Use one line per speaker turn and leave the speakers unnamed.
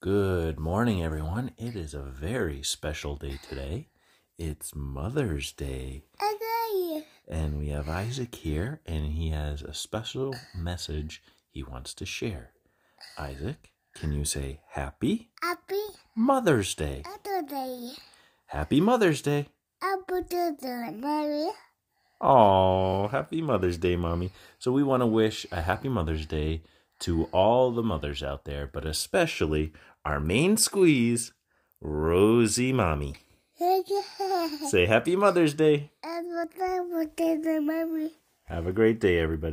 Good morning, everyone. It is a very special day today. It's Mother's Day. And we have Isaac here, and he has a special message he wants to share. Isaac, can you say Happy
Happy
Mother's Day?
other day.
Happy Mother's Day.
Happy day, Mary.
Oh, happy Mother's Day, Mommy. So, we want to wish a happy Mother's Day to all the mothers out there, but especially our main squeeze, Rosie Mommy. Say happy Mother's Day.
Happy day, Mary.
Have a great day, everybody.